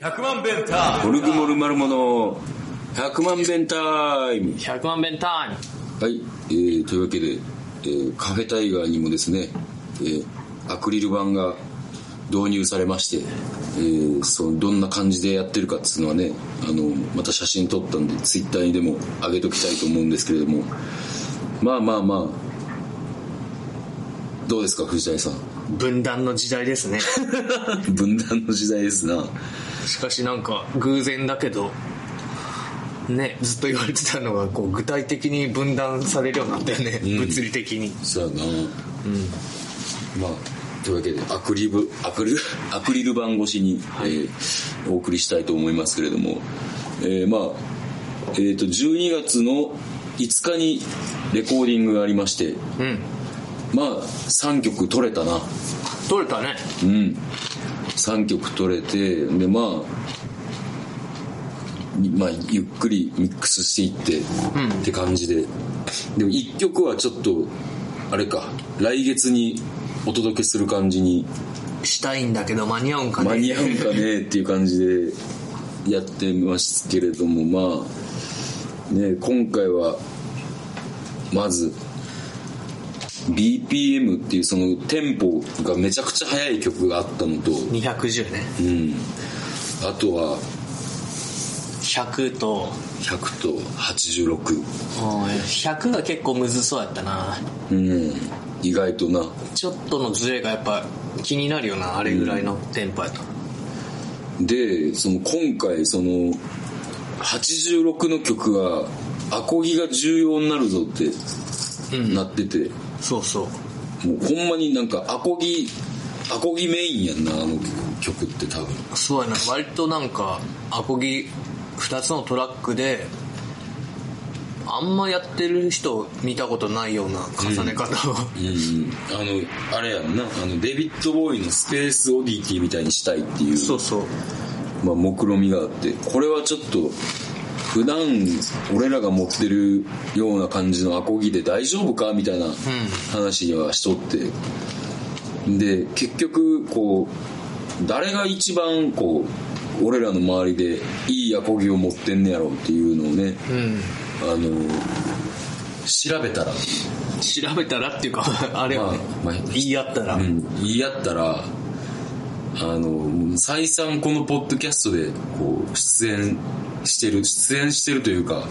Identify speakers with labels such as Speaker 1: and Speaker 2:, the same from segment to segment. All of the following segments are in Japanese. Speaker 1: 100万ベンタ
Speaker 2: モルグモルマルモの100万弁タイム
Speaker 3: 100万弁タイム
Speaker 2: はい、えー、というわけで、えーカフェタイガーにもですね、えーアクリル板が導入されまして、えーそのどんな感じでやってるかっていうのはねあのまた写真撮ったんでツイッターにでも上げときたいと思うんですけれどもまあまあまあどうですか藤谷さん
Speaker 3: 分断の時代です ね
Speaker 2: 分断の時代ですな
Speaker 3: しかしなんか偶然だけどねずっと言われてたのがこう具体的に分断されるようになったよね、物理的に
Speaker 2: そうやなうんまあというわけでアクリルアクリ ルアクリル板越しに、えーお送りしたいと思いますけれども、えーまあえっ、と12月の5日にレコーディングがありまして
Speaker 3: うん
Speaker 2: まあ3曲取れたな
Speaker 3: 取れたね
Speaker 2: うん3曲取れてでまあにまあ、ゆっくりミックスしていって、って感じででも1曲はちょっとあれか来月にお届けする感じに
Speaker 3: したいんだけど間に合うんかね
Speaker 2: 間に合うんかねっていう感じでやってますけれどもまあね今回はまず BPM っていうそのテンポがめちゃくちゃ速い曲があったのと、
Speaker 3: 210ね
Speaker 2: うん、あとは
Speaker 3: 100と
Speaker 2: 100と86、
Speaker 3: うん100が結構むずそうやったな
Speaker 2: うん、意外とな
Speaker 3: ちょっとのズレがやっぱ気になるよなあれぐらいのテンポやと、
Speaker 2: でその今回その86の曲はアコギが重要になるぞって
Speaker 3: うん
Speaker 2: なってて、
Speaker 3: そうそう
Speaker 2: もうほんまになんかアコギアコギメインやんなあの曲って多分
Speaker 3: そうやな割となんかアコギ2つのトラックであんまやってる人見たことないような重ね方を、
Speaker 2: うんあのあれやんなあのデビッド・ボーイのスペース・オディティみたいにしたいっていう
Speaker 3: そうそう
Speaker 2: まあ、目論みがあってこれはちょっと普段俺らが持ってるような感じのアコギで大丈夫かみたいな話にはしとってで結局こう誰が一番こう俺らの周りでいいアコギを持ってんねやろっていうのをね、あの調べたら、
Speaker 3: 調べたらっていうか あれはね、
Speaker 2: まあまあ
Speaker 3: 言い合ったら、
Speaker 2: うん、言い合ったらあの再三このポッドキャストでこう出演してる出演してるというか、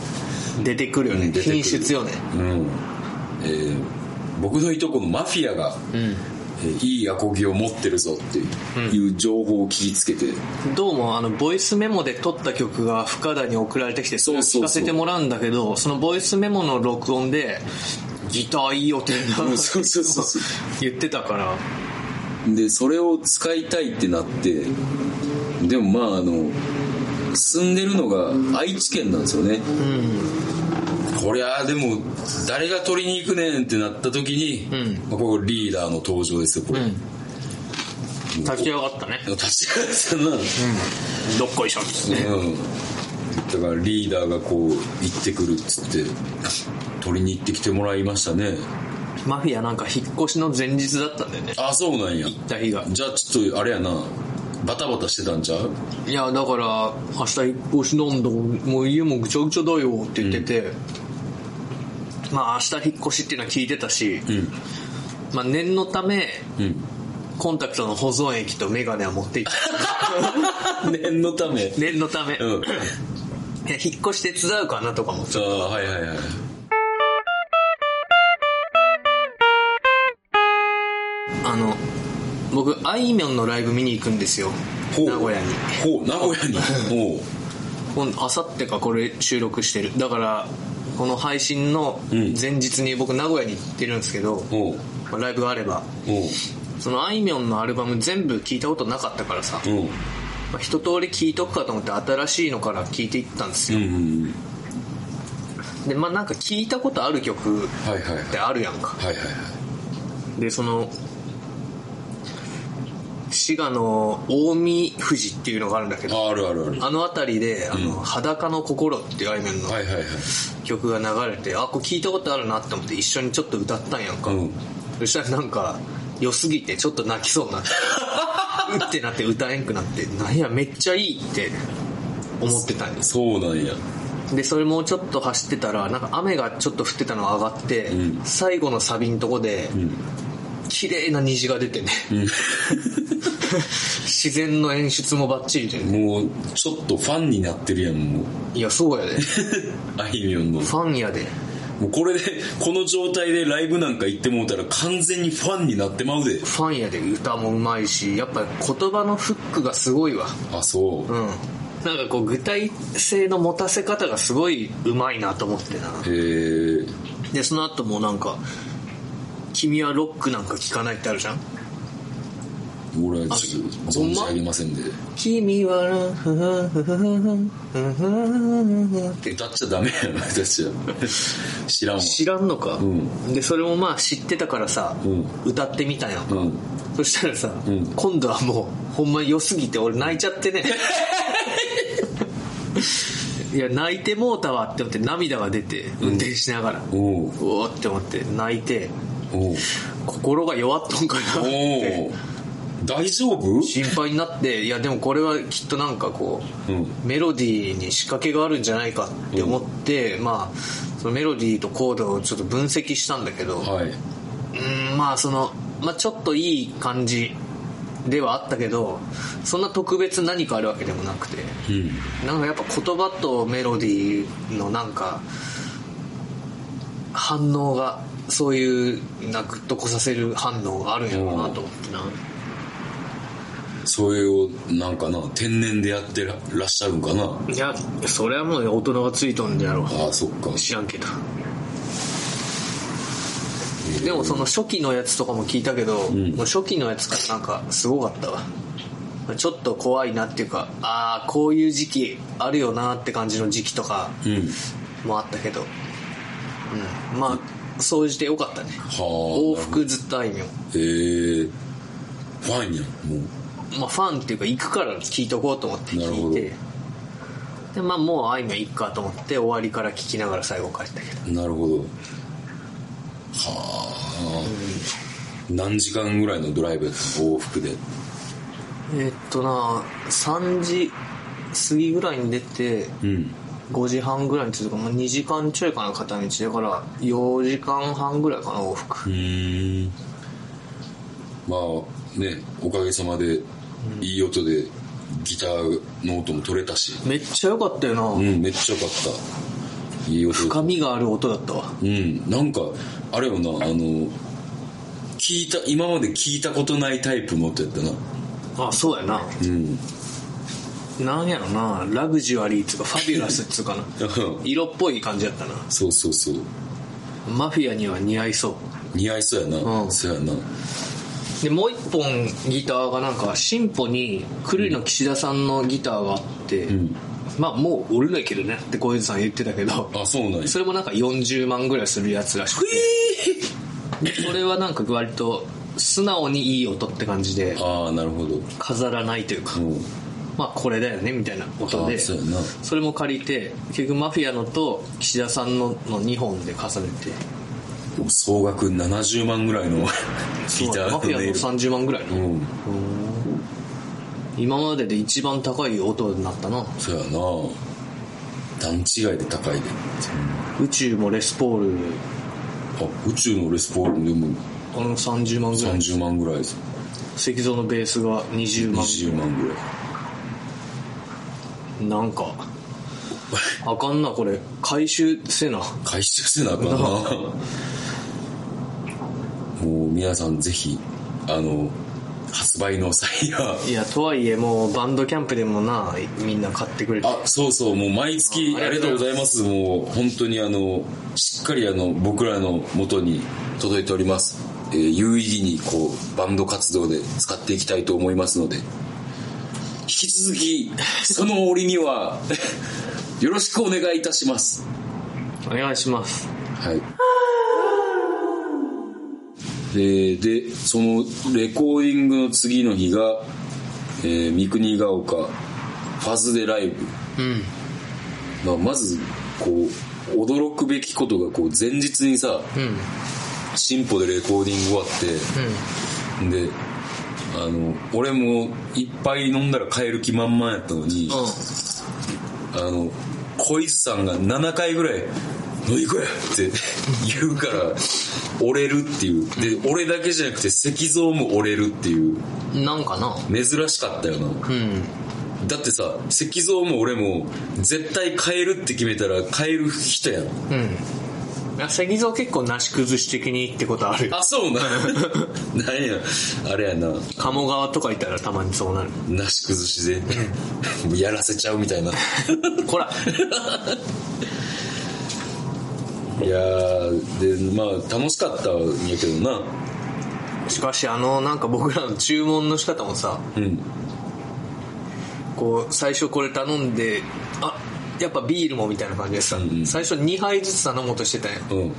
Speaker 3: 出てくるよ
Speaker 2: う
Speaker 3: ね
Speaker 2: ん出てく
Speaker 3: 品
Speaker 2: る
Speaker 3: 質よね
Speaker 2: うんえー僕のいとこのマフィアが、
Speaker 3: ん
Speaker 2: えーいいアコギを持ってるぞっていう,、情報を聞きつけて
Speaker 3: どうもあのボイスメモで撮った曲が深田に送られてきてそれを
Speaker 2: そうそうそう
Speaker 3: 聞かせてもらうんだけどそのボイスメモの録音でギターいいよって
Speaker 2: うんそうそうそうそう
Speaker 3: 言ってたから
Speaker 2: でそれを使いたいってなってでもまああの住んでるのが愛知県なんですよね、こりゃあでも誰が取りに行くねんってなった時に、
Speaker 3: う
Speaker 2: まあ、これリーダーの登場ですよこれ、
Speaker 3: ん立ち上がったね
Speaker 2: 立川さんなの、
Speaker 3: どっこいしょっつって
Speaker 2: うん、だからリーダーがこう行ってくるっつって取りに行ってきてもらいましたね
Speaker 3: マフィアなんか引っ越しの前日だったんだよね
Speaker 2: あそうなんや
Speaker 3: 行った日が
Speaker 2: じゃあちょっとあれやなバタバタしてたんちゃう
Speaker 3: いやだから明日引っ越しなんだもう家もぐちゃぐちゃだよって言ってて、まあ明日引っ越しっていうのは聞いてたし、
Speaker 2: ん
Speaker 3: まあ念のため
Speaker 2: うん
Speaker 3: コンタクトの保存液とメガネは持っていった
Speaker 2: 念のため
Speaker 3: 念のため、
Speaker 2: うん
Speaker 3: いや引っ越し手伝うかなとかも
Speaker 2: ああはいはいはい
Speaker 3: あの僕あいみょんのライブ見に行くんですよ
Speaker 2: ほう
Speaker 3: 名古屋に
Speaker 2: ほう名古屋にほ
Speaker 3: あさってかこれ収録してるだからこの配信の
Speaker 2: うん
Speaker 3: 前日に僕名古屋に行ってるんですけど、
Speaker 2: うほう
Speaker 3: まあライブがあれば
Speaker 2: ほ
Speaker 3: そのあいみょんのアルバム全部聞いたことなかったからさ、
Speaker 2: ううん
Speaker 3: まあ一通り聞いとくかと思って新しいのから聞いていったんです
Speaker 2: う
Speaker 3: よ、
Speaker 2: んうんうん
Speaker 3: でまあなんか聞いたことある曲っ
Speaker 2: はいはいはい
Speaker 3: てあるやんか
Speaker 2: はいはいはい
Speaker 3: でその滋賀の近江富士っていうのがあるんだけど
Speaker 2: ああるあるある
Speaker 3: あの辺りで「あの裸の心」っていうあいみょんの
Speaker 2: はいはいはい
Speaker 3: 曲が流れてあこれ聞いたことあるなって思って一緒にちょっと歌ったんやんか、
Speaker 2: うん
Speaker 3: そしたらなんか良すぎてちょっと泣きそうになって うってなって歌えんくなってなんやめっちゃいいって思ってたんです
Speaker 2: そうなんや
Speaker 3: でそれもうちょっと走ってたらなんか雨がちょっと降ってたのが上がって、
Speaker 2: うん
Speaker 3: 最後のサビんとこで、綺麗な虹が出てね、 自然の演出もバッチリでね
Speaker 2: もうちょっとファンになってるやんもう
Speaker 3: いやそう やで
Speaker 2: あいみょんの
Speaker 3: ファンやで
Speaker 2: もうこれでこの状態でライブなんか行ってもうたら完全にファンになってまうで
Speaker 3: ファンやで歌もうまいしやっぱ言葉のフックがすごいわ
Speaker 2: あそう
Speaker 3: うんなんかこう具体性の持たせ方がすごい上手いなと思ってな
Speaker 2: へえ
Speaker 3: でその後もなんか「君はロックなんか聴かない」ってあるじゃん
Speaker 2: 俺はちょっと存じ上げませんで
Speaker 3: 「君はロック」って
Speaker 2: 歌っちゃダメやな歌っちゃ 知らんわ
Speaker 3: 知らんのか、
Speaker 2: ん
Speaker 3: でそれもまあ知ってたからさ、
Speaker 2: うん
Speaker 3: 歌ってみたよ、
Speaker 2: うん
Speaker 3: そしたらさ、
Speaker 2: ん
Speaker 3: 今度はもうほんま良すぎて俺泣いちゃってねいや泣いてもうたわって思って涙が出て運転しながら、う
Speaker 2: おう
Speaker 3: おーって思って泣いて
Speaker 2: おう
Speaker 3: 心が弱っとんかなっ
Speaker 2: お
Speaker 3: て
Speaker 2: う大丈夫
Speaker 3: 心配になっていやでもこれはきっとなんかこう、
Speaker 2: うん
Speaker 3: メロディーに仕掛けがあるんじゃないかって思って、まあそのメロディーとコードをちょっと分析したんだけど、
Speaker 2: はいう
Speaker 3: ーんまあその、まあ、ちょっといい感じではあったけどそんな特別何かあるわけでもなくて
Speaker 2: うん
Speaker 3: なんかやっぱ言葉とメロディーのなんか反応がそういうなんかグッとこさせる反応があるんやろうなと思ってな
Speaker 2: それをなんかな天然でやってららっしゃるんかない
Speaker 3: やそれはもう大人がついとんでやろ
Speaker 2: ああそっか
Speaker 3: う知らんけどでもその初期のやつとかも聞いたけど、
Speaker 2: ん
Speaker 3: もう初期のやつがなんかすごかったわちょっと怖いなっていうかああこういう時期あるよなって感じの時期とか
Speaker 2: うん
Speaker 3: もあったけど、うん、まあ総じてよかったね往
Speaker 2: は
Speaker 3: 復ずっとあいみょん
Speaker 2: あへえファンやんもう
Speaker 3: まあファンっていうか行くから聞いとこうと思って
Speaker 2: なるほ
Speaker 3: 聞い
Speaker 2: ど
Speaker 3: てでまあもうあいみょんいっかと思って終わりから聞きながら最後帰ったけど
Speaker 2: なるほどはあ、何時間ぐらいのドライブやったの往復で
Speaker 3: えっとな3時過ぎぐらいに出て
Speaker 2: うん
Speaker 3: 5時半ぐらいに着いたから、まあ、2時間ちょいかな片道だから4時間半ぐらいかな往復
Speaker 2: んまあねおかげさまでいい音でギターの音も取れたし
Speaker 3: めっちゃ良かったよな、
Speaker 2: うんめっちゃよかったいい音
Speaker 3: 深みがある音だったわ
Speaker 2: うんなんかあれよなあの聞いた今まで聞いたことないタイプの音やったな
Speaker 3: あそうやな
Speaker 2: うん
Speaker 3: なんやろなラグジュアリーっつうかファビュラスっつうかな 色っぽい感じやったな
Speaker 2: そうそうそう
Speaker 3: マフィアには似合いそう
Speaker 2: 似合いそうやな、
Speaker 3: うん
Speaker 2: そうやな
Speaker 3: でもう一本ギターがなんか進歩に狂いの岸田さんのギターがあって、
Speaker 2: ん
Speaker 3: まあもう売れないけどねって小泉さん言ってたけど
Speaker 2: あそうなんや
Speaker 3: それもなんか40万ぐらいするやつらしくてでそれはなんか割と素直にいい音って感じで
Speaker 2: ああなるほど
Speaker 3: 飾らないというか、
Speaker 2: うん
Speaker 3: まあこれだよねみたいな音
Speaker 2: あ
Speaker 3: で
Speaker 2: そうやな
Speaker 3: それも借りて結局マフィアのと岸田さんのの2本で重ねて
Speaker 2: でも総額70万ぐらいのギター
Speaker 3: マフィアの30万ぐらいの、
Speaker 2: うん
Speaker 3: 今までで一番高い音になったな
Speaker 2: そうやな段違いで高いで
Speaker 3: 宇宙もレスポール
Speaker 2: あ宇宙のレスポールでも
Speaker 3: あの30万ぐらい
Speaker 2: 30万ぐらいです
Speaker 3: 石像のベースが20万
Speaker 2: 20万ぐらい
Speaker 3: なんかあかんなこれ回収せな
Speaker 2: 回収せなあかんなもう皆さんぜひあの発売の 際や
Speaker 3: いやとはいえもうバンドキャンプでもなみんな買ってくれて
Speaker 2: あそうそうもう毎月
Speaker 3: あ
Speaker 2: あ
Speaker 3: あり
Speaker 2: り
Speaker 3: が
Speaker 2: が
Speaker 3: とうご
Speaker 2: とうご
Speaker 3: ざ
Speaker 2: ざいますもう本当にあのしっかりあの僕らの元に届いております、えー有意義にこうバンド活動で使っていきたいと思いますので引き続きその折には よろしくお願いいたします
Speaker 3: お願いします
Speaker 2: はいえーでそのレコーディングの次の日が、えー三国ヶ丘ファズでライブ
Speaker 3: うん
Speaker 2: まあ、まずこう驚くべきことがこう前日にさ、
Speaker 3: うん
Speaker 2: 進歩でレコーディング終わって、であの俺もいっぱい飲んだら帰る気満々やったのに、あの、小泉さんが7回ぐらい、飲み行こやって言うから、折れるっていう。で、俺だけじゃなくて石像も折れるっていう。
Speaker 3: うんなんかな
Speaker 2: 珍しかったよな。
Speaker 3: うん
Speaker 2: だってさ、石像も俺も、絶対変えるって決めたら変える人やん。
Speaker 3: うんいや石像結構なし崩し的にってことあるよ
Speaker 2: あ、そうな。なんや、あれやな。
Speaker 3: 鴨川とかいたらたまに そうなる
Speaker 2: なし崩しで、もうやらせちゃうみたいな。
Speaker 3: こら
Speaker 2: いやー、で、まあ、楽しかったんやけどな。
Speaker 3: しかしあのなんか僕らの注文の仕方もさ
Speaker 2: うん。
Speaker 3: こう最初これ頼んであやっぱビールもみたいな感じでさ、
Speaker 2: うんうん
Speaker 3: 最初2杯ずつ頼もうとしてたんよ
Speaker 2: うん。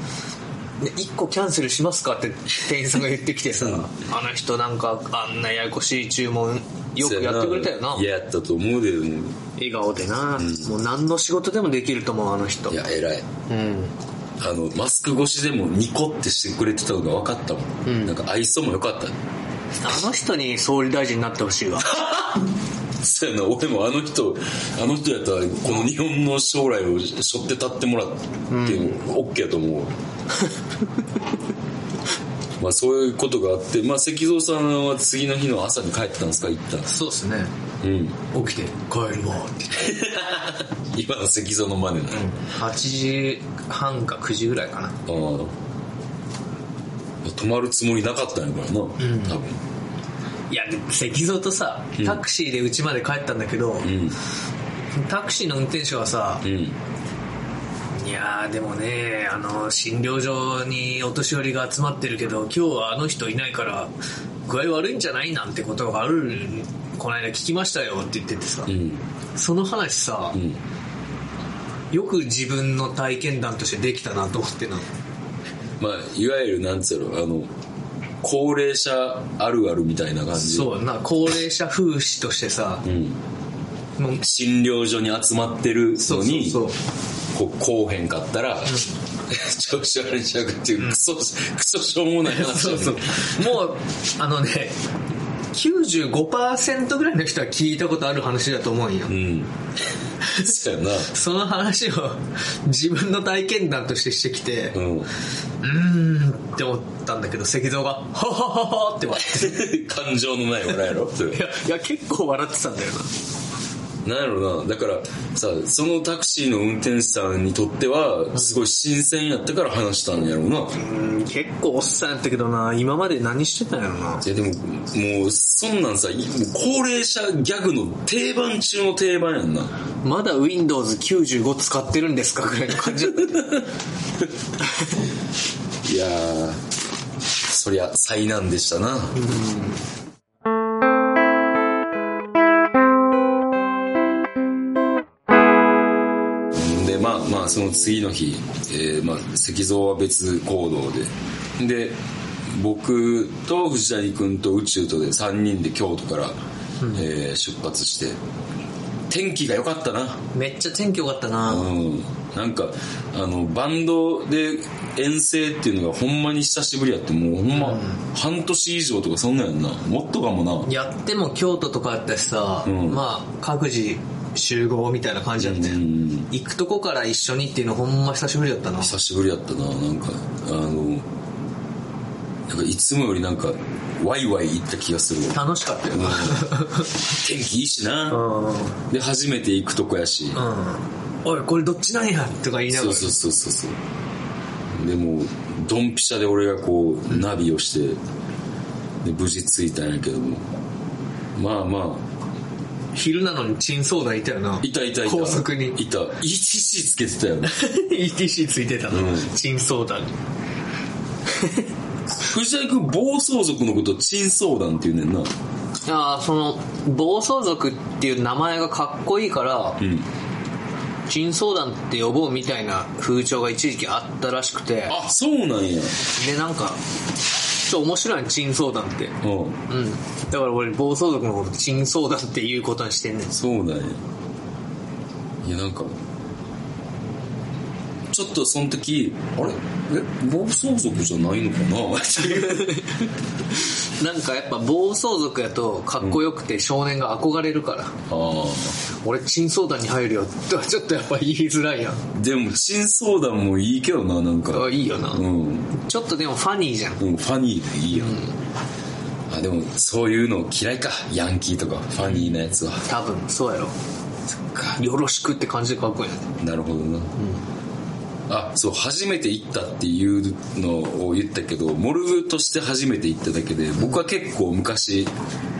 Speaker 3: で1個キャンセルしますかって店員さんが言ってきてさ、あの人なんかあんなややこしい注文よくやってくれたよな
Speaker 2: そうややったと思うでも
Speaker 3: 笑顔でな、もう何の仕事でもできると思うあの人
Speaker 2: いや偉い
Speaker 3: うん
Speaker 2: あのマスク越しでもニコってしてくれてたのが分かったもん、
Speaker 3: うん
Speaker 2: なんか愛想も良かった
Speaker 3: あの人に総理大臣になってほしいわ
Speaker 2: そうやな俺もあの人あの人やったらこの日本の将来を背負って立ってもらっても OK やと思う、 まあそういうことがあって、まあ、石像さんは次の日の朝に帰ってたんですか一旦
Speaker 3: そうっすね
Speaker 2: うん
Speaker 3: 起きて帰るわって
Speaker 2: 今の石像の真似だ、
Speaker 3: 8時半か9時ぐらいかな
Speaker 2: あー泊まるつもりなかったんやからな、多分
Speaker 3: いやでも石像とさタクシーで家まで帰ったんだけど、
Speaker 2: うん
Speaker 3: タクシーの運転手はさ、
Speaker 2: うん
Speaker 3: いやーでもねあの診療所にお年寄りが集まってるけど今日はあの人いないから具合悪いんじゃないなんてことがあるこの間聞きましたよって言っててさ、
Speaker 2: うん
Speaker 3: その話さ、
Speaker 2: うん
Speaker 3: よく自分の体験談としてできたなと思ってな
Speaker 2: まあ、いわゆるなんつうのあの高齢者あるあるみたいな感じ
Speaker 3: そうやな高齢者風刺としてさ、
Speaker 2: ん
Speaker 3: もう
Speaker 2: 診療所に集まってる
Speaker 3: そ
Speaker 2: の
Speaker 3: うそう
Speaker 2: に
Speaker 3: そう
Speaker 2: こうこうへんかったら、 調子悪いんちゃうかっていうクソ,、クソしょうもない話
Speaker 3: そう
Speaker 2: だね
Speaker 3: そうもうあのね95%ぐらいの人は聞いたことある話だと思うんよ、
Speaker 2: うんそうやな
Speaker 3: その話を自分の体験談としてしてきて、う
Speaker 2: うん
Speaker 3: ーんって思ったんだけど、石像が、ほほほほって笑って
Speaker 2: 感情のない笑いやろそれ
Speaker 3: いや、いや結構笑ってたんだよな。
Speaker 2: なんやろなだからさそのタクシーの運転手さんにとってはすごい新鮮やったから話したんやろうな、
Speaker 3: うん、結構おっさんやったけどな、今まで何してたんやろな。
Speaker 2: いやでも、もう、そんなんさ、いもう高齢者ギャグの定番中の定番やんな。
Speaker 3: まだ Windows95 使ってるんですかぐらいの感じだ った。
Speaker 2: いやー、そりゃ災難でしたな。で、まあまあ、その次の日、えーまあ、石像は別行動で。で、僕と藤谷君と宇宙とで3人で京都から、えー出発して、天気が良かったな。
Speaker 3: めっちゃ天気良かったな。
Speaker 2: うん、なんかあのバンドで遠征っていうのがほんまに久しぶりやってもうほんま半年以上とかそんなんやんなもっとかもな
Speaker 3: やっても京都とかやったしさ、
Speaker 2: うん
Speaker 3: まあ、各自集合みたいな感じだったよ。
Speaker 2: うん
Speaker 3: 行くとこから一緒にっていうのほんま久しぶりだったな。
Speaker 2: 久しぶりやったななんかあのなんかいつもよりなんかワイワイ行った気がするわ
Speaker 3: 楽しかったよな。
Speaker 2: 天気いいし
Speaker 3: う。
Speaker 2: なん
Speaker 3: うん。
Speaker 2: で初めて行くとこやし
Speaker 3: おい、これどっちなんやとか言いなが
Speaker 2: そう
Speaker 3: ら。
Speaker 2: そうそうそうそうでもうドンピシャで俺がこうナビをしてで無事着いたんやけどもまあまあ
Speaker 3: 昼なのにチンソーダいたよな。
Speaker 2: いたいたいた。
Speaker 3: 高速に。
Speaker 2: いた。ETC つけてたよね。
Speaker 3: ETC ついてたな。
Speaker 2: うん
Speaker 3: チンソーダに。
Speaker 2: 藤谷君、暴走族のこと、珍相談って言うねんな。
Speaker 3: ああ、その、暴走族っていう名前がかっこいいから、
Speaker 2: ん
Speaker 3: チンソーダって呼ぼうみたいな風潮が一時期あったらしくて、
Speaker 2: あ、そうなんや。
Speaker 3: で、なんか、ちょっと面白いね、チンソーダって。
Speaker 2: うん。
Speaker 3: うん。だから俺、暴走族のこと、チンソーダっていうことにしてんねん。
Speaker 2: そうなんや。いや、なんか、ちょっとその時、あれえ、暴走族じゃないのかな
Speaker 3: な んかやっぱ暴走族やとかっこよくて少年が憧れるから、
Speaker 2: あ
Speaker 3: 俺珍相談に入るよってちょっとやっぱ言いづらいやん
Speaker 2: あ。でも、珍相談もいいけどな、なんか。
Speaker 3: あいいよな、
Speaker 2: うん。
Speaker 3: ちょっとでもファニーじゃん
Speaker 2: うん、ファニーでいいやん。あ、でも、そういうの嫌いか。ヤンキーとか、ファニーなやつは。
Speaker 3: 多分そうやろ
Speaker 2: か
Speaker 3: よろしくって感じで書くんや
Speaker 2: なるほどな。あ、そう、初めて行ったっていうのを言ったけど、モルグとして初めて行っただけで、僕は結構昔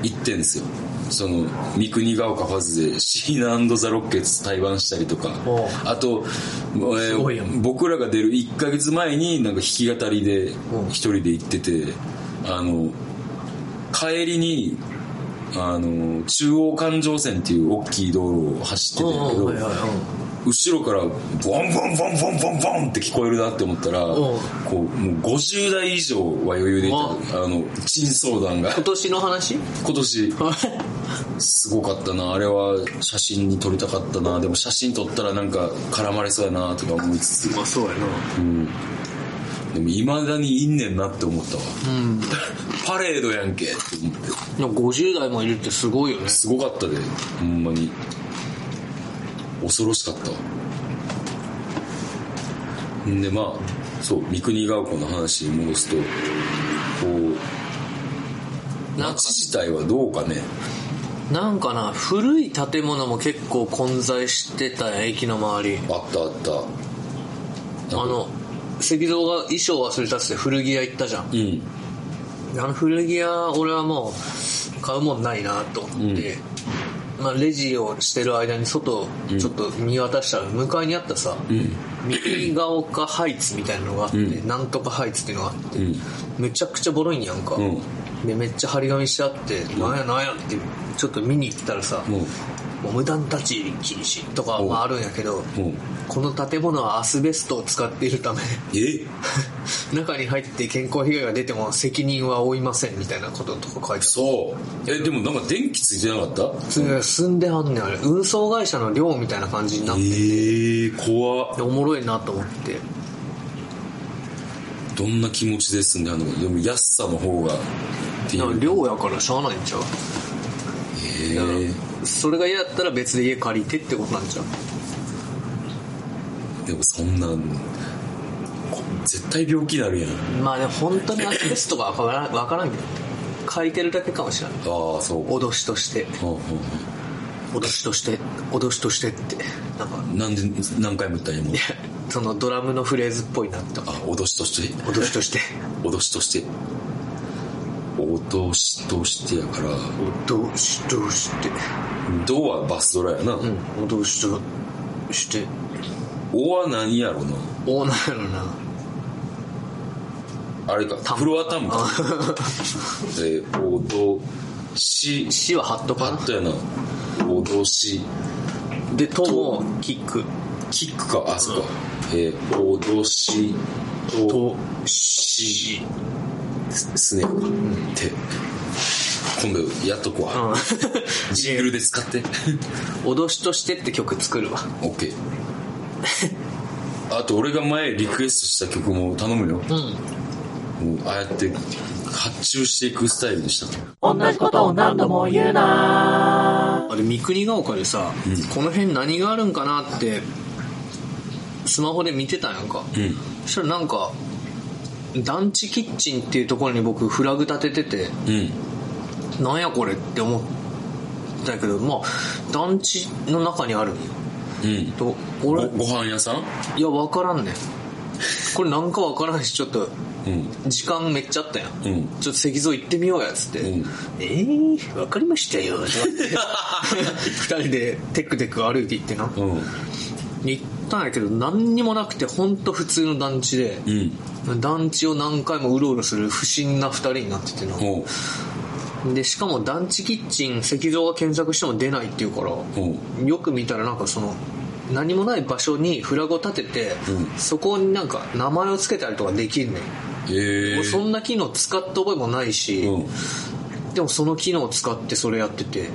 Speaker 2: 行ってんですよ。その、三国ヶ丘ファズで シーナザ・ロッケッツ対バンしたりとか
Speaker 3: おう、
Speaker 2: あと、えー
Speaker 3: ごいやん
Speaker 2: 僕らが出る1ヶ月前になんか弾き語りで
Speaker 3: うん
Speaker 2: 一人で行ってて、あの、帰りに、あの、中央環状線っていう大きい道路を走ってたんやけど、後ろからボンボンボンボンボンボンって聞こえるなって思ったら、
Speaker 3: うん
Speaker 2: こう、もう50代以上は余裕でいた。あの、珍相談が。
Speaker 3: 今年の 話
Speaker 2: 今年、すごかったな。あれは写真に撮りたかったな。でも写真撮ったらなんか絡まれそうやなとか思いつつ。
Speaker 3: まあそうやな
Speaker 2: うん。でも未だにいんねんなって思ったわ。
Speaker 3: うんで
Speaker 2: パレードやんけって思って。
Speaker 3: も50代もいるってすごいよね
Speaker 2: すごかったで、ほんまに。恐ろしかったわ。んで、まあ、そう、三国ヶ丘の話に戻すと、こう、
Speaker 3: なんか
Speaker 2: 街自体はどうかね。
Speaker 3: なんかな古い建物も結構混在してたやん駅の周り
Speaker 2: あったあった。
Speaker 3: あの石像が衣装忘れたっつって古着屋行ったじゃん
Speaker 2: うん。
Speaker 3: あの古着屋俺はもう買うもんないなと思って、まあ、レジをしてる間に外ちょっと見渡したら向かいにあったさ、
Speaker 2: ん
Speaker 3: 右が丘ハイツみたいなのがあって、
Speaker 2: うん
Speaker 3: なんとかハイツっていうのがあって、
Speaker 2: うん
Speaker 3: めちゃくちゃボロいんやんか、
Speaker 2: うん
Speaker 3: でめっちゃ張り紙してあって、なんやなんやってちょっと見に行ったらさ、
Speaker 2: もう、
Speaker 3: もう無断立ち入り禁止とかまああるんやけど、
Speaker 2: うん
Speaker 3: この建物はアスベストを使っているため
Speaker 2: え
Speaker 3: 中に入って健康被害が出ても責任は負いませんみたいなこととか書いて
Speaker 2: そう。え、でもなんか電気ついてなかった
Speaker 3: ある住んではんねんあれ運送会社の寮みたいな感じにな
Speaker 2: え
Speaker 3: って
Speaker 2: ー、怖っ
Speaker 3: でおもろいなと思って
Speaker 2: どんな気持ちですね、あの、でも安さの方が。ってい
Speaker 3: だから
Speaker 2: う。
Speaker 3: 寮やからしゃあないんちゃう
Speaker 2: えー
Speaker 3: それが嫌やったら別で家借りてってことなんちゃう
Speaker 2: でもそんなんこ絶対病気になるやん
Speaker 3: まあね本当にアスベストが分からん分からんけど書いてるだけかもしれない
Speaker 2: ああそう
Speaker 3: 脅しとして
Speaker 2: うんうん
Speaker 3: 脅しとして脅しとしてってなんか
Speaker 2: うんなんで何回も言ったんやもう
Speaker 3: そのドラムのフレーズっぽいなと
Speaker 2: あ脅しとして
Speaker 3: 脅しとして
Speaker 2: 脅しとして脅しとしてやから
Speaker 3: 脅しとして
Speaker 2: ドはバスドラやな、
Speaker 3: うん脅しとして
Speaker 2: おは何やろな
Speaker 3: おおなんやろな
Speaker 2: あれかフロアタムかえー、脅し
Speaker 3: 死はハット
Speaker 2: パ
Speaker 3: か
Speaker 2: ッとやな脅し
Speaker 3: なで、とも、キック。
Speaker 2: キックかあそうか、えー、脅しと
Speaker 3: と、し。
Speaker 2: スネークって、今度やっとこ
Speaker 3: う
Speaker 2: わ、
Speaker 3: ん。
Speaker 2: ジングルで使って
Speaker 3: 脅しとしてって曲作るわ。
Speaker 2: OK あと俺が前リクエストした曲も頼むよ、
Speaker 3: うん。
Speaker 2: もうああやって発注していくスタイルにした
Speaker 4: 同じことを何度も言うな
Speaker 3: あれ、三国ヶ丘でさ、この辺何があるんかなって、スマホで見てたんやんか。
Speaker 2: うん
Speaker 3: そしたらなんか、団地キッチンっていうところに僕フラグ立ててて、
Speaker 2: うん
Speaker 3: なんやこれって思ったけど、まあ、団地の中にある
Speaker 2: うん
Speaker 3: と、
Speaker 2: ご
Speaker 3: 俺、
Speaker 2: ご飯屋さん
Speaker 3: いや、わからんねん。これなんかわからんし、ちょっと、
Speaker 2: うん
Speaker 3: 時間めっちゃあったやん。
Speaker 2: うん
Speaker 3: ちょっと石像行ってみようや、つって。
Speaker 2: うん
Speaker 3: えー、わかりました よ、って言われて二人でテクテク歩いて行ってな。
Speaker 2: うん
Speaker 3: 行ったんやけど、何にもなくて、ほんと普通の団地で、
Speaker 2: うん
Speaker 3: 団地を何回もうろうろする不審な二人になっててな。
Speaker 2: ほう
Speaker 3: で、しかも団地キッチン、石像が検索しても出ないっていうから、
Speaker 2: ほ
Speaker 3: よく見たらなんかその何もない場所にフラグを立てて、
Speaker 2: うん
Speaker 3: そこになんか名前を付けたりとかできんねん、
Speaker 2: うえ
Speaker 3: も
Speaker 2: え
Speaker 3: うそんな機能使った覚えもないし、
Speaker 2: うん
Speaker 3: でもその機能を使ってそれやってて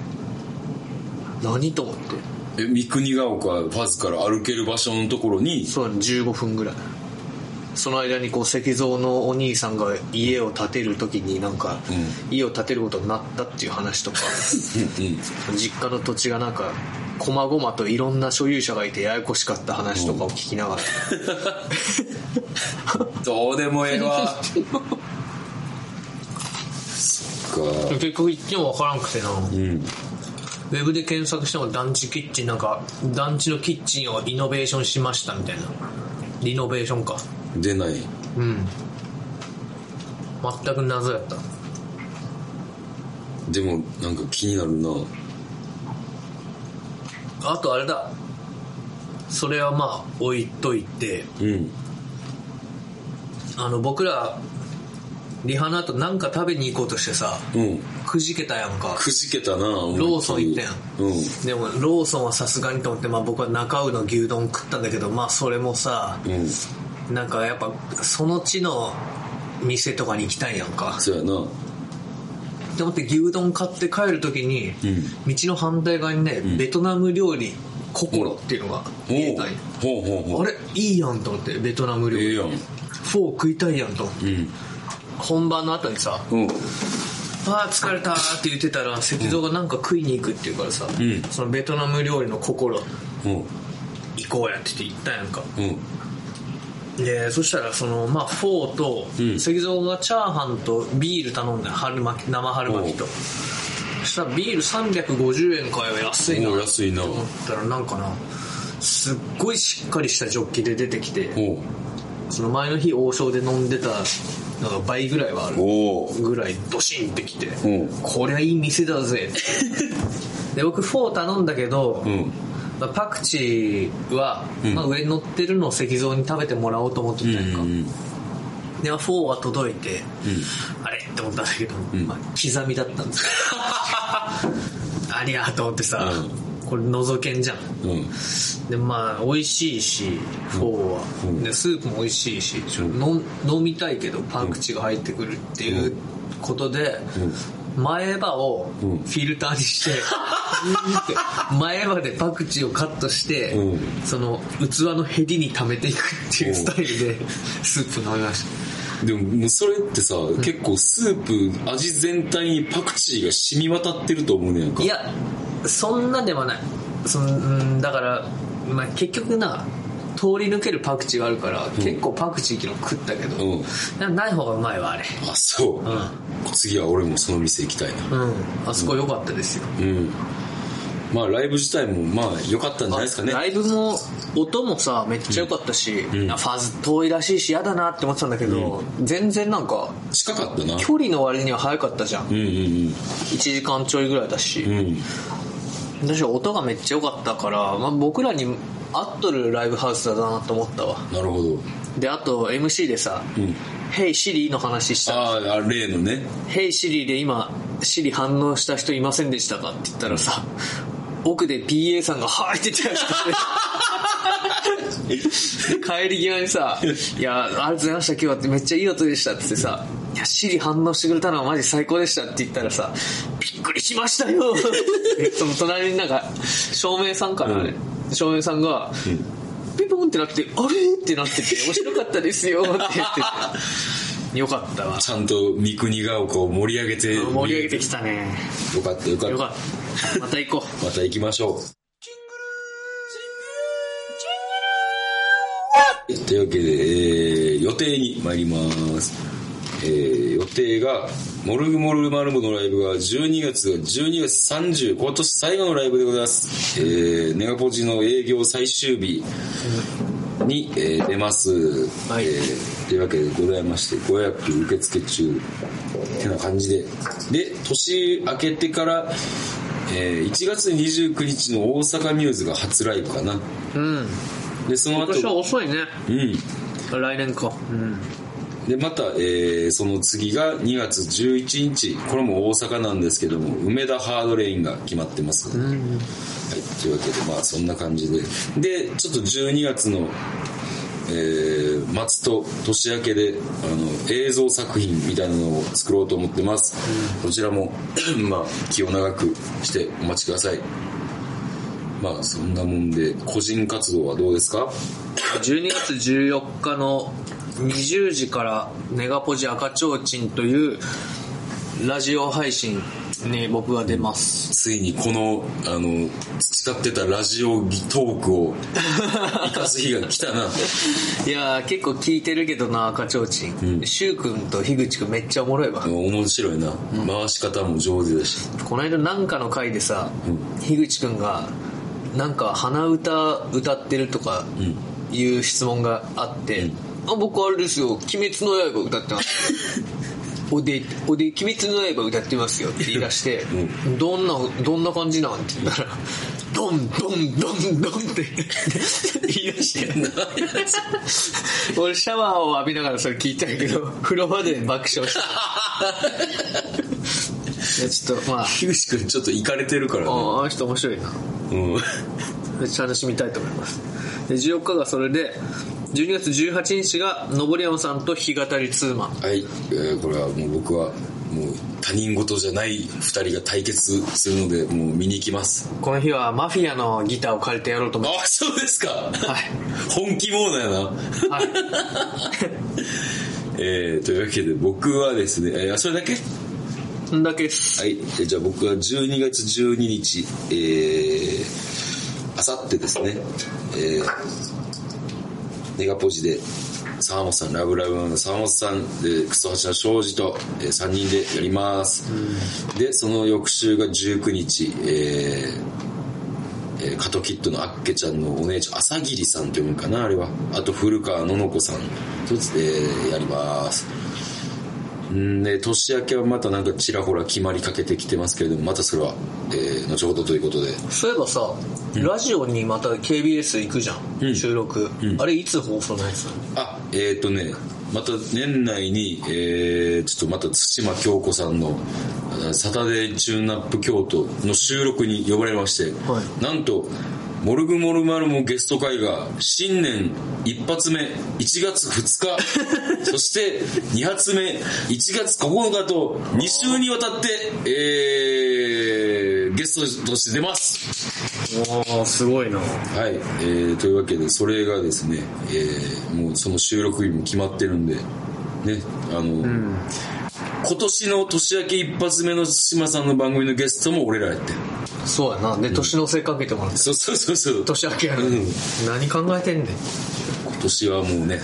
Speaker 3: 何と思って
Speaker 2: え三国が丘パズから歩ける場所のところに
Speaker 3: そう15分ぐらいその間にこう石像のお兄さんが家を建てる時になんか、家を建てることになったっていう話とか
Speaker 2: うんうん
Speaker 3: 実家の土地がなんか細々といろんな所有者がいてややこしかった話とかを聞きながら
Speaker 2: どうでもええわそっ か
Speaker 3: 結局言っても分からんくてな、ウ
Speaker 2: うん
Speaker 3: ェブで検索しても団地キッチンなんか団地のキッチンをリノベーションしましたみたいなリノベーションか
Speaker 2: 出ない
Speaker 3: うん全く謎やった
Speaker 2: でもなんか気になるな
Speaker 3: あとあれだそれはまあ置いといて
Speaker 2: うん
Speaker 3: あの僕らリハの後なんか食べに行こうとしてさ
Speaker 2: うん
Speaker 3: くじけたやんか
Speaker 2: くじけたな
Speaker 3: ロ
Speaker 2: ロ
Speaker 3: ーソン行ったやん
Speaker 2: うん
Speaker 3: でもローソンはさすがにと思って、まあ、僕は中尾の牛丼食ったんだけどまあそれもさ
Speaker 2: うん
Speaker 3: なんかやっぱその地の店とかに行きたいやんか
Speaker 2: そうやな
Speaker 3: って思って牛丼買って帰る時に、道の反対側にね、ベトナム料理ココロっていうのが見えたんよ
Speaker 2: ほうほうほう
Speaker 3: あれいいやんと思ってベトナム料
Speaker 2: ええ
Speaker 3: 理、
Speaker 2: やん
Speaker 3: フォー食いたいやんと思って
Speaker 2: うん
Speaker 3: 本番の後にさ
Speaker 2: うん
Speaker 3: 「あー疲れた」って言ってたら石像がなんか食いに行くっていうからさ、
Speaker 2: ん
Speaker 3: そのベトナム料理の心
Speaker 2: うん
Speaker 3: 行こうやって言って行ったやんか
Speaker 2: うん
Speaker 3: でそしたらそのまあフォーと
Speaker 2: ん
Speaker 3: 石像がチャーハンとビール頼んだ春巻き生春巻きと
Speaker 2: おう
Speaker 3: そしたらビール350円かよ安いな
Speaker 2: おう安いな
Speaker 3: と思ったらなんかなすっごいしっかりしたジョッキで出てきて
Speaker 2: おう
Speaker 3: その前の日王将で飲んでたなんか倍ぐらいはある
Speaker 2: おう
Speaker 3: ぐらいドシンってきて、
Speaker 2: うん
Speaker 3: こりゃいい店だ ぜで僕フォー頼んだけど、
Speaker 2: うん
Speaker 3: まあパクチーは、まあ、上に乗ってるのを石像に食べてもらおうと思ってたやんか、
Speaker 2: うん
Speaker 3: でまあフォーは届いて、あれって思ったんだけど、まあ、刻みだったん ですよありゃーと思ってさ、これ覗けんじゃん
Speaker 2: うん
Speaker 3: でまあ美味しいしフォーは、でスープも美味しいしちょ飲飲みたいけどパンクチが入ってくるっていうことで、前歯をフィルターに して、うんって前歯でパクチーをカットして、
Speaker 2: う
Speaker 3: その器のヘりに溜めていくっていうスタイルでスープ飲みました
Speaker 2: でももうそれってさ、結構スープ味全体にパクチーが染み渡ってると思うねやんか
Speaker 3: いやそんなではないそのうんだから、まあ、結局な通り抜けるパクチーがあるから、結構パクチー昨日食ったけど、
Speaker 2: うん
Speaker 3: なない方がうまいわあれ
Speaker 2: あそう、
Speaker 3: う
Speaker 2: 次は俺もその店行きたいな
Speaker 3: うんあそこ良かったですよ、
Speaker 2: うんまあライブ自体もまあ良かったんじゃないですかね
Speaker 3: ライブも音もさめっちゃ良かったし、
Speaker 2: ん
Speaker 3: あファズ遠いらしいし嫌だなって思ってたんだけど、全然なんか
Speaker 2: 近かったな
Speaker 3: 距離の割には早かったじゃん、
Speaker 2: うんうん
Speaker 3: 1時間ちょいぐらいだし、
Speaker 2: うんうん
Speaker 3: 私は音がめっちゃ良かったから、まあ、僕らに合っとるライブハウスだなと思ったわ
Speaker 2: なるほど
Speaker 3: であと MC でさ
Speaker 2: うん
Speaker 3: 「ヘイシリ」の話した
Speaker 2: あーあ例のね
Speaker 3: 「ヘイシリ」で今「シリ反応した人いませんでしたか?」って言ったらさ奥で PA さんが「はい」って言ってたらしくて 帰り際にさ「いやありがとうございました今日は」ってめっちゃいい音でしたって言ってさ「いやシリ反応してくれたのはマジ最高でした」って言ったらさ「びっくりしましたよ」 でその隣になんか照明さんからね、照明さんが「ピンポンってなって、あれってなってて、面白かったですよって言ってて。よかったわ。
Speaker 2: ちゃんと三国が丘を盛り上げて
Speaker 3: 盛り上げてきたね。
Speaker 2: よかったよかった
Speaker 3: よかった。また行こう。
Speaker 2: また行きましょうというわけで、えー予定に参ります、えー予定が「モルグモルマルモ」のライブが12月が12月30今年最後のライブでございます、えーネガポジの営業最終日に、えー出ます、
Speaker 3: はい
Speaker 2: えーというわけでございましてご予約受付中てな感じでで年明けてから、えー1月29日の大阪ミューズが初ライブかな
Speaker 3: うん。
Speaker 2: でその
Speaker 3: 今年は
Speaker 2: 後
Speaker 3: 遅いね。
Speaker 2: うん
Speaker 3: 来年か。うん。
Speaker 2: でまた、えーその次が2月11日これも大阪なんですけども梅田ハードレインが決まってます、はい、というわけでまあそんな感じででちょっと12月の、えー末と年明けであの映像作品みたいなのを作ろうと思ってます、 こちらもまあ気を長くしてお待ちくださいまあそんなもんで個人活動はどうですか
Speaker 3: 12月14日の20時からネガポジ赤ちょうちんというラジオ配信に僕が出ます。
Speaker 2: ついにこのあの培ってたラジオトークを生かす日が来た ない
Speaker 3: やー結構聞いてるけどな赤ちょうち
Speaker 2: うん
Speaker 3: ん。シュウ君と樋口君めっちゃおもろいわ。
Speaker 2: 面白いな、回し方も上手だし
Speaker 3: この間なんかの回でさ
Speaker 2: うん
Speaker 3: 樋口君がなんか鼻歌歌ってるとかいう質問があって、
Speaker 2: うん
Speaker 3: あ僕あれですよ「鬼滅の刃」歌って ますよおで「おで鬼滅の刃」歌ってます よって言い出して、どんなどんな感じなんって言ったら「ドンドンドンドン」って 言い出 して俺シャワーを浴びながらそれ聞いたんやけど風呂場で爆笑 したいやちょっとまあ
Speaker 2: 樋口君ちょっといかれてるからね、
Speaker 3: ああ人面白いな
Speaker 2: うん、
Speaker 3: 楽しみたいと思いますで14日がそれで12月18日が登山さんと日語りツーマン
Speaker 2: はい、えーこれはもう僕はもう他人事じゃない2人が対決するのでもう見に行きます
Speaker 3: この日はマフィアのギターを借りてやろうと思い
Speaker 2: あそうですか
Speaker 3: ます
Speaker 2: 本気モーナーな
Speaker 3: はい、はい、
Speaker 2: えー、というわけで僕はですね、えーあそれだけ
Speaker 3: そんだけです
Speaker 2: はい、えーじゃあ僕は12月12日、えー、あさってですね、えー、ネガポジで、沢本さん、ラブラブマンの沢本さん、でクソハチの庄司と、えー、3人でやります。で、その翌週が19日、えー、えーカトキッドのアッケちゃんのお姉ちゃん、朝霧さんと読むかな、あれは。あと、古川ののこさんと、えーやります。んで、年明けはまたなんかちらほら決まりかけてきてますけれども、またそれは、えー後ほどということで。
Speaker 3: そういえばさ、ラジオにまた KBS 行くじゃん、
Speaker 2: うん
Speaker 3: 収録、
Speaker 2: うん
Speaker 3: あれいつ放送のやつ
Speaker 2: あ、えっ、とね、また年内に、えー、ちょっとまた土間京子さんの、あサタデーチューンナップ京都の収録に呼ばれまして、
Speaker 3: は
Speaker 2: なんと、モルグモルマルモゲスト会が新年一発目1月2日そして2発目1月9日と2週にわたって、えー、ゲストとして出ます
Speaker 3: おおすごいな
Speaker 2: はい、えー、というわけでそれがですね、えー、もうその収録日も決まってるんでねあの、今年の年明け一発目の島さんの番組のゲストも俺らやって
Speaker 3: そうやなで年のせいかけてもらって
Speaker 2: そうそうそうそう
Speaker 3: 年明けやる、
Speaker 2: うん
Speaker 3: 何考えてんねん
Speaker 2: 今年はもうね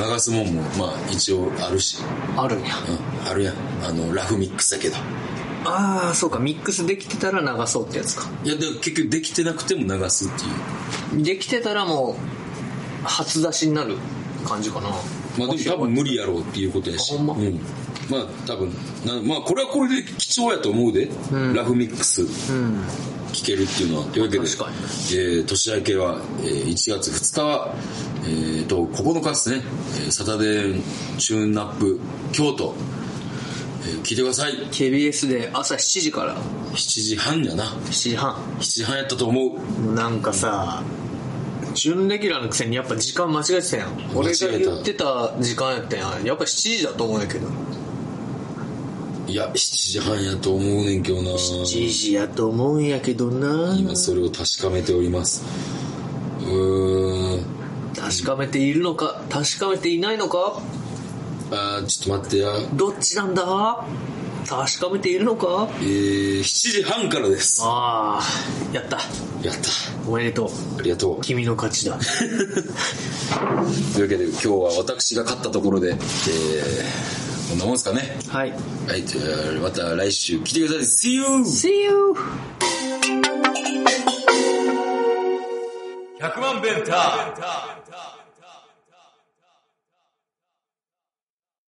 Speaker 2: あの流すもんもまあ一応あるし、
Speaker 3: あるんや
Speaker 2: うん、あるやんあのラフミックスだけど
Speaker 3: ああそうかミックスできてたら流そうってやつか
Speaker 2: いやでも結局できてなくても流すっていう
Speaker 3: できてたらもう初出しになる感じかな
Speaker 2: まあでも多分無理やろうっていうことやし。
Speaker 3: あほんま
Speaker 2: うん、まあ多分な、まあこれはこれで貴重やと思うで。
Speaker 3: ん
Speaker 2: ラフミックス
Speaker 3: うん
Speaker 2: 聞けるっていうのは。というわけで、
Speaker 3: 確かに
Speaker 2: えー年明けは、えー1月2日は、えーと、9日ですね、えーサタデーチューンナップ京都、えー聞いてください。
Speaker 3: KBS で朝7時から
Speaker 2: 7時半やな。
Speaker 3: 7時半
Speaker 2: 7時半やったと思う。
Speaker 3: なんかさ準レギュラーのくせにやっぱ時間間違えてたやん俺が言ってた時間やったやんやっぱ7時だと思うんやけど
Speaker 2: いや、7時半やと思うねんけどな。
Speaker 3: 7時やと思うんやけどな
Speaker 2: 今それを確かめております。うーん。
Speaker 3: 確かめているのか確かめていないのか
Speaker 2: あーちょっと待ってや。
Speaker 3: どっちなんだ確かめているのか
Speaker 2: えー、7時半からです。
Speaker 3: ああやった
Speaker 2: やった。
Speaker 3: おめでとう
Speaker 2: ありがとう。
Speaker 3: 君の勝 ちだ
Speaker 2: というわけで、今日は私が勝ったところで、えー、こんなもんですかね。
Speaker 3: はい
Speaker 2: はい、じゃあまた来週来てください。See you!
Speaker 3: See you!
Speaker 1: 100万ベンター